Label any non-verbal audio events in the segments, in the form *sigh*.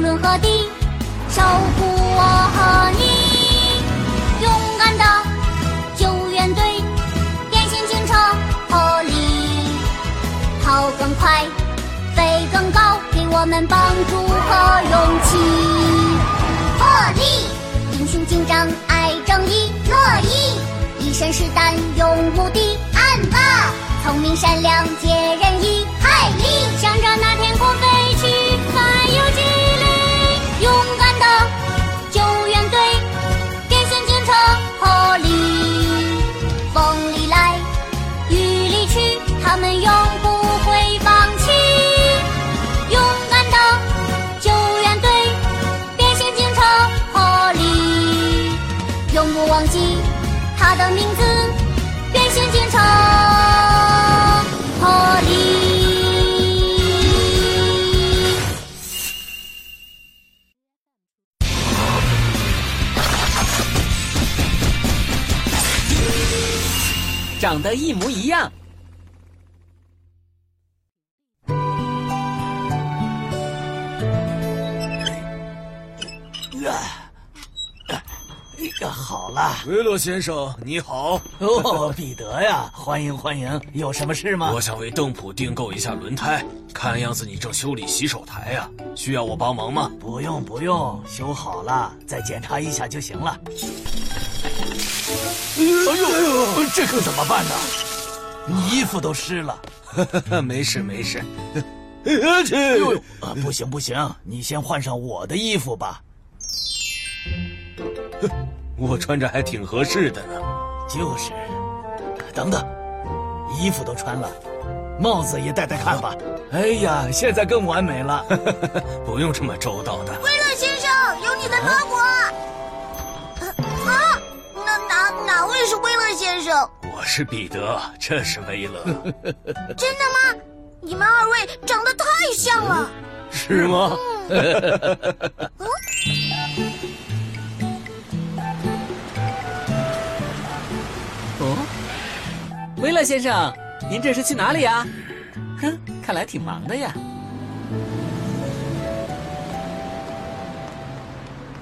伦和地，守护我和你。勇敢的救援队，变形警车合力，跑更快，飞更高，给我们帮助和勇气。破例，英雄警长爱正义，乐意一身是胆勇无敌，暗吧，聪明善良解人意，海力向着那天空飞去，还有激励，勇敢的救援队，变形警车合力，风里来，雨里去，他们永不会放弃，勇敢的救援队，变形警车合力。哦永不忘记他的名字，变形警察破例。长得一模一样。呃好了，维洛先生，你好，哦，彼得呀，欢迎欢迎，有什么事吗我？想为邓普订购一下轮胎，看样子你正修理洗手台呀、需要我帮忙吗？不用不用，修好了再检查一下就行了。哎呦哎呦，这可怎么办呢？啊衣服都湿了。 *laughs* 没事没 *laughs* 事，哎呦，啊不行不行，你先换上我的衣服吧。我穿着还挺合适的呢。就是，等等，衣服都穿了，帽子也戴戴看吧。哎呀，现在更完美了。 *laughs* 不用这么周到的。贝勒先生，有你的糖果。啊，哪哪哪位是威勒先生？我是彼得，这是维 *laughs* 勒，真的吗？你们二位长得太像了。是吗？哦，维勒先生，您这是去哪里呀？哼，看来挺忙的呀。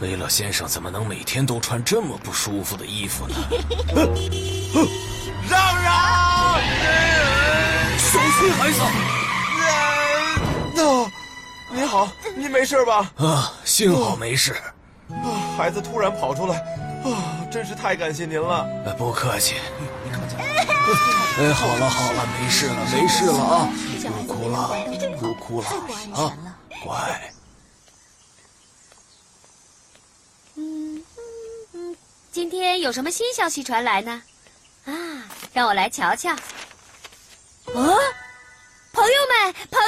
维勒先生怎么能每天都穿这么不舒服的衣服呢？ *laughs* 让让！小心孩子！哦，你好，你没事吧？啊，幸好没事。啊，孩子突然跑出来，啊，真是太感谢您了。呃，不客气。 *laughs* 哎，好了好了，没事了没事了啊，不哭了不哭了啊，乖。今天有什么新消息传来呢？啊，让我来瞧瞧。哦，朋友们，朋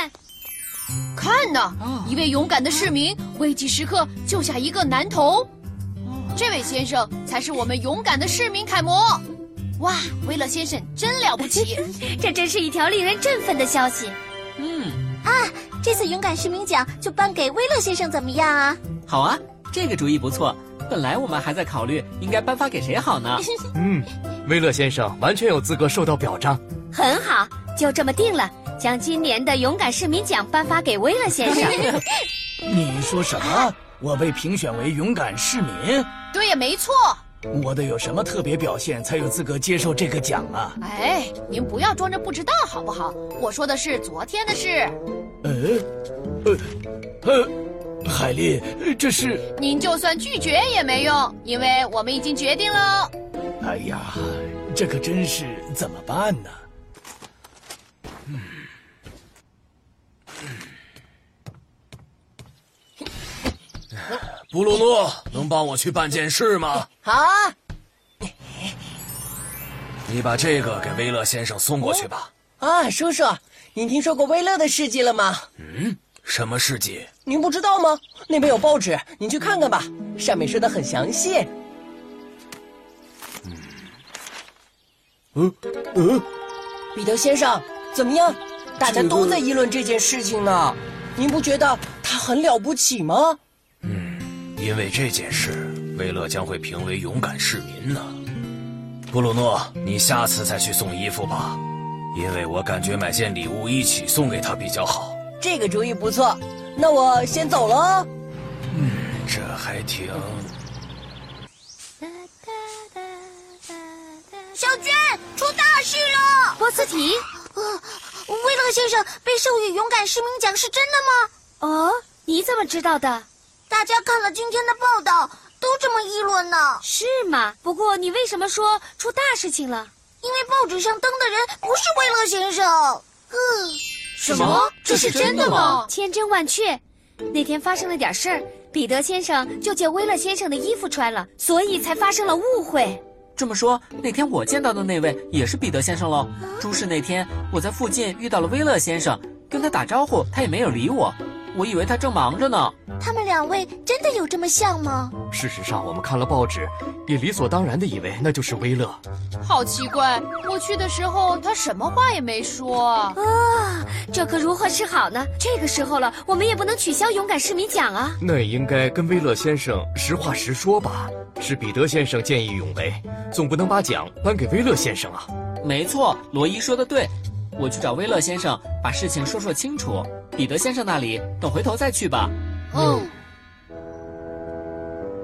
友们，看呐，一位勇敢的市民危急时刻救下一个男童，这位先生才是我们勇敢的市民楷模。哇，威勒先生真了不起！这真是一条令人振奋的消息。啊嗯，这次勇敢市民奖就颁给威勒先生，怎么样啊？好啊，这个主意不错。本来我们还在考虑应该颁发给谁好 *laughs* 呢。嗯，威勒先生完全有资格受到表彰。很好，就这么定了，将今年的勇敢市民奖颁发给威勒先 *laughs* 生。你说什么？我被评选为勇敢市民？对呀，没错。我得有什么特别表现才有资格接受这个奖啊？哎，您不要装着不知道好不好？我说的是昨天的事，呃，呃，呃，海丽，这是……您就算拒绝也没用，因为我们已经决定了。哎呀，这可真是怎么办呢？布鲁诺，能帮我去办件事吗？好啊，你把这个给威勒先生送过去吧。啊，叔叔，您听说过威勒的事迹了吗？什么事迹？您不知道吗？那边有报纸，您去看看吧，上面说的很详细。嗯嗯，彼得先生，怎么样？大家都在议论这件事情呢。您不觉得他很了不起吗？因为这件事，威勒将会评为勇敢市民呢。布鲁诺，你下次再去送衣服吧，因为我感觉买件礼物一起送给他比较好。这个主意不错。那我先走了哦。这还挺……小娟，出大事了！波斯提，呃，威勒先生被授予勇敢市民奖是真的吗？哦，你怎么知道的？大家看了今天的报道，都这么议论呢。是吗？不过你为什么说出大事情了？因为报纸上登的人不是威勒先生。嗯，什么这是真的吗？千真万确，那天发生了点事儿，彼得先生就借威勒先生的衣服穿了，所以才发生了误会。这么说，那天我见到的那位也是彼得先生喽。出事那天，我在附近遇到了威勒先生，跟他打招呼，他也没有理我，我以为他正忙着呢。他们两位真的有这么像吗？事实上，我们看了报纸，也理所当然的以为那就是威勒。好奇怪，我去的时候他什么话也没说。啊，这可如何是好呢？这个时候了，我们也不能取消勇敢市民奖啊！那也应该跟威勒先生实话实说吧。是彼得先生见义勇为，总不能把奖颁给威勒先生啊。没错，罗伊说的对，我去找威勒先生把事情说说清楚。彼得先生那里等回头再去吧。嗯，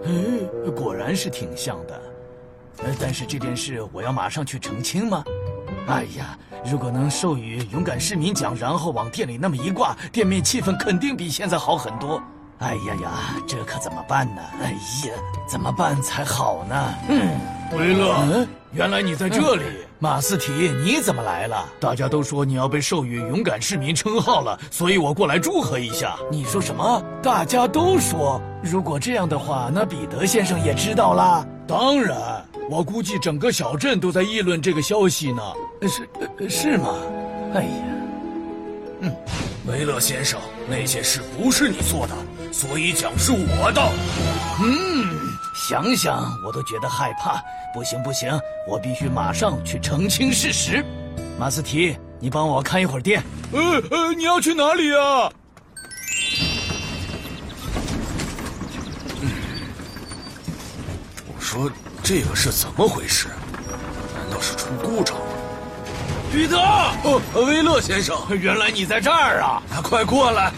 嗯，果然是挺像的。呃但是这件事我要马上去澄清吗？哎呀，如果能授予勇敢市民奖，然后往店里那么一挂，店面气氛肯定比现在好很多。哎呀呀，这可怎么办呢？哎呀，怎么办才好呢？维勒，嗯，原来你在这里。马斯提，你怎么来了？大家都说你要被授予勇敢市民称号了，所以我过来祝贺一下。你说什么？大家都说，如果这样的话，那彼得先生也知道啦。当然，我估计整个小镇都在议论这个消息呢。是是吗？哎呀。维勒嗯先生，那些事不是你做的，所以奖是我的。想想我都觉得害怕。不行不行，我必须马上去澄清事实。马斯提，你帮我看一会儿店。呃呃，你要去哪里啊？嗯我说这个是怎么回事？难道是出故障了？彼得，呃哦，威勒先生，原来你在这儿啊！啊快过来！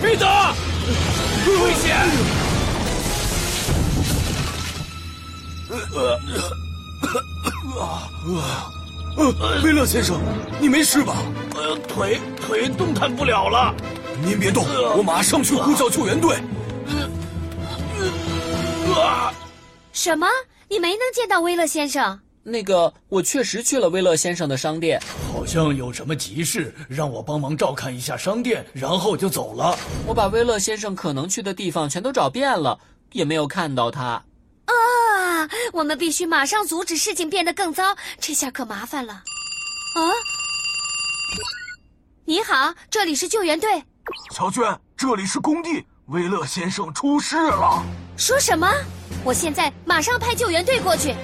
彼得，危险！呃，威勒先生，你没事吧？呃，腿腿动弹不了了。呃您别动，我马上去呼叫救援队。什么？你没能见到威勒先生？那个，我确实去了威勒先生的商店。好像有什么急事，让我帮忙照看一下商店，然后就走了。我把威勒先生可能去的地方全都找遍了，也没有看到他。啊，我们必须马上阻止事情变得更糟，这下可麻烦了。啊！你好，这里是救援队。小娟，这里是工地，威勒先生出事了。说什么？我现在马上派救援队过去。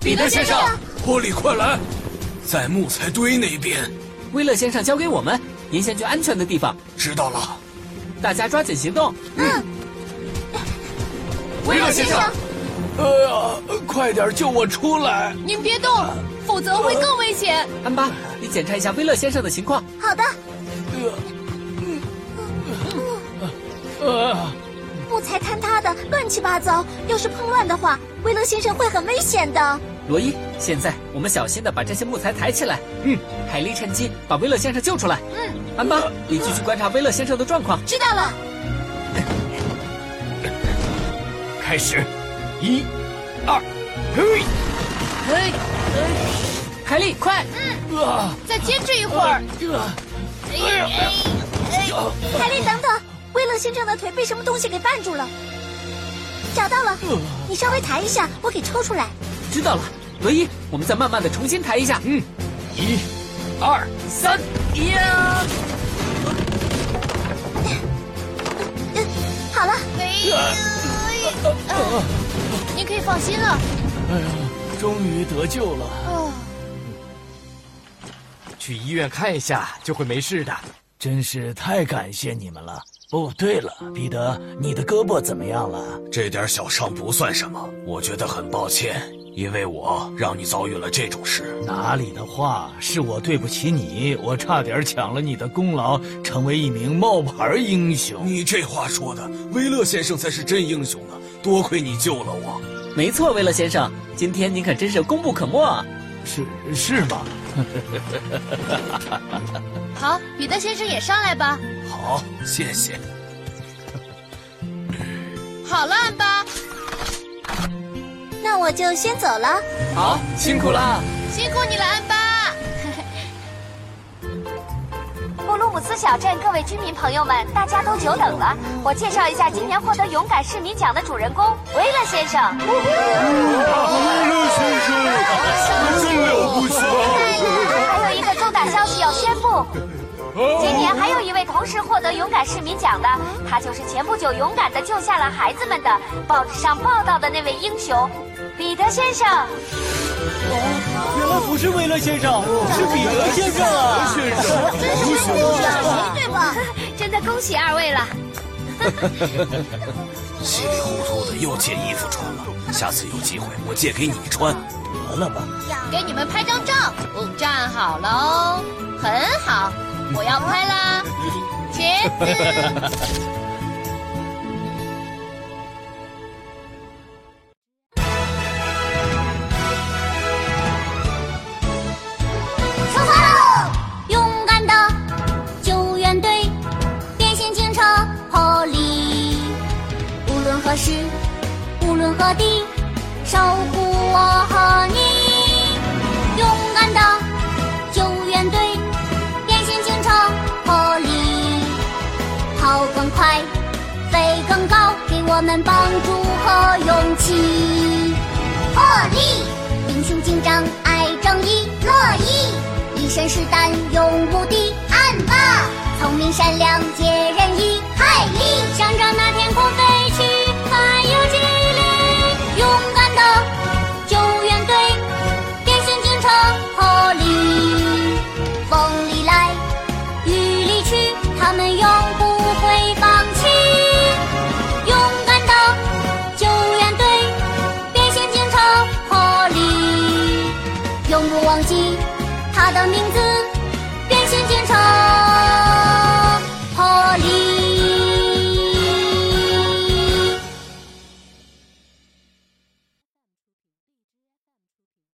彼得先生，波利，快来，在木材堆那边。威勒先生交给我们，您先去安全的地方，知道了。大家抓紧行动。威勒先生，哎呀，快点救我出来！您别动，否则会更危险。安巴，你检查一下威勒先生的情况。好的，呃，木材坍塌的乱七八糟，要是碰乱的话，威勒先生会很危险的。罗伊，现在我们小心的把这些木材抬起来。嗯，海莉趁机把威勒先生救出来。嗯，安巴，你继续观察威勒先生的状况。知道了。开始，一、二，嘿，哎，凯莉，快！啊！再坚持一会儿。凯莉，等等，威勒先生的腿被什么东西给绊住了。找到了，你稍微抬一下，我给抽出来。知道了，罗伊，我们再慢慢的重新抬一下。嗯，一，二三，呀！嗯，好了，您可以放心了。哎呀，终于得救了，哦，去医院看一下就会没事的。真是太感谢你们了。哦，对了，彼得，你的胳膊怎么样了？这点小伤不算什么，我觉得很抱歉，因为我让你遭遇了这种事。哪里的话，是我对不起你，我差点抢了你的功劳，成为一名冒牌英雄。你这话说的，威勒先生才是真英雄呢，多亏你救了我。没错，威勒先生，今天您可真是功不可没啊！是是吗？好，彼得先生也上来吧。好，谢谢。好了，安巴，那我就先走了。好，辛苦啦！辛苦你了，安巴。布鲁姆斯小镇各位居民朋友们，大家都久等了。我介绍一下今年获得勇敢市民奖的主人公维勒先生。啊还有一个重大消息要宣布，今年还有一位同时获得勇敢市民奖的，他就是前不久勇敢的救下了孩子们的报纸上报道的那位英雄，彼得先生。原来不是威勒先生，是彼得先生啊！真是辛苦了，对吧？真的恭喜二位了。稀里糊涂的又借衣服穿了，下次有机会我借给你穿。得了吧，给你们拍张照，站好了哦，很好，我要拍啦，茄子。出发喽！勇敢的救援队，变形警车破例，无论何时，无论何地，守护我和你。勇敢的救援队，变形警车破例，跑更快，飞更高，给我们帮助和勇气。破例，英雄警长爱正义，乐意。一身是胆勇无敌，暗霸，聪明善良解人意，海力，向着那